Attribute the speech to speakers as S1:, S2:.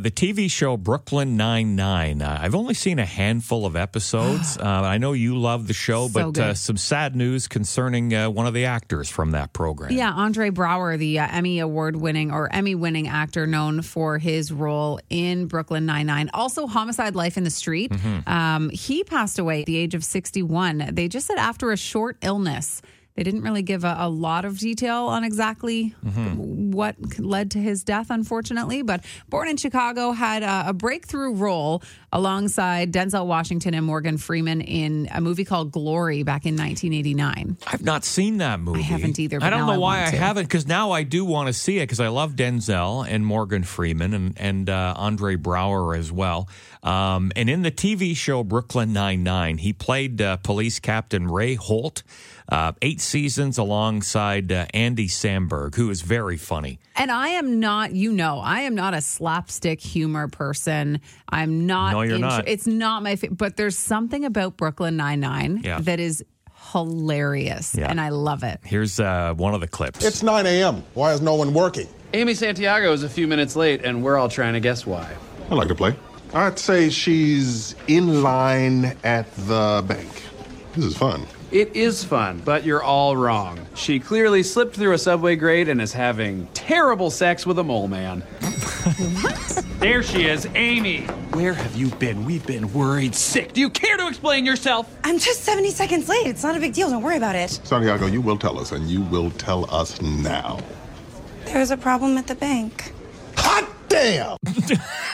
S1: The TV show Brooklyn Nine Nine. Uh, I've only seen a handful of episodes. uh, I know you love the show,
S2: So
S1: but uh,
S2: good.
S1: some sad news concerning uh, one of the actors from that program.
S2: Yeah, Andre Brower, the uh, Emmy award winning or Emmy winning actor known for his role in Brooklyn Nine-Nine, also Homicide Life in the Street. Um, he passed away at the age of 61. They just said after a short illness. They didn't really give a, a lot of detail on exactly what led to his death, unfortunately. But born in Chicago, had a, a breakthrough role alongside Denzel Washington and Morgan Freeman in a movie called Glory back in 1989.
S1: I've not seen that movie.
S2: haven't either,
S1: I
S2: but
S1: don't
S2: now
S1: know
S2: I
S1: why
S2: want
S1: I
S2: to.
S1: haven't because now I do want to see it because I love Denzel and Morgan Freeman and and uh, Andre Brower as well. Um, and in the TV show Brooklyn Nine Nine, he played uh, police captain Ray Holt, uh, eight seasons alongside uh, Andy Samberg, who is very funny.
S2: And I am not, you know, I am not a slapstick humor person. I'm not.
S1: No, you're not.
S2: It's not my favorite. But there's something about Brooklyn Nine Nine
S1: Yeah.
S2: that is hilarious,
S1: Yeah.
S2: and I love it.
S1: Here's uh, one of the clips.
S3: It's 9 a.m. Why is no one working?
S4: Amy Santiago is a few minutes late, and we're all trying to guess why.
S5: I like to play.
S3: I'd say she's in line at the bank.
S5: This is fun.
S4: It is fun, but you're all wrong. She clearly slipped through a subway grate and is having terrible sex with a mole man. there she is, Amy. Where have you been? We've been worried sick. Do you care to explain yourself?
S6: I'm just 70 seconds late. It's not a big deal. Don't worry about it.
S5: Santiago, you will tell us, and you will tell us now.
S6: There was a problem at the bank.
S3: Hot damn!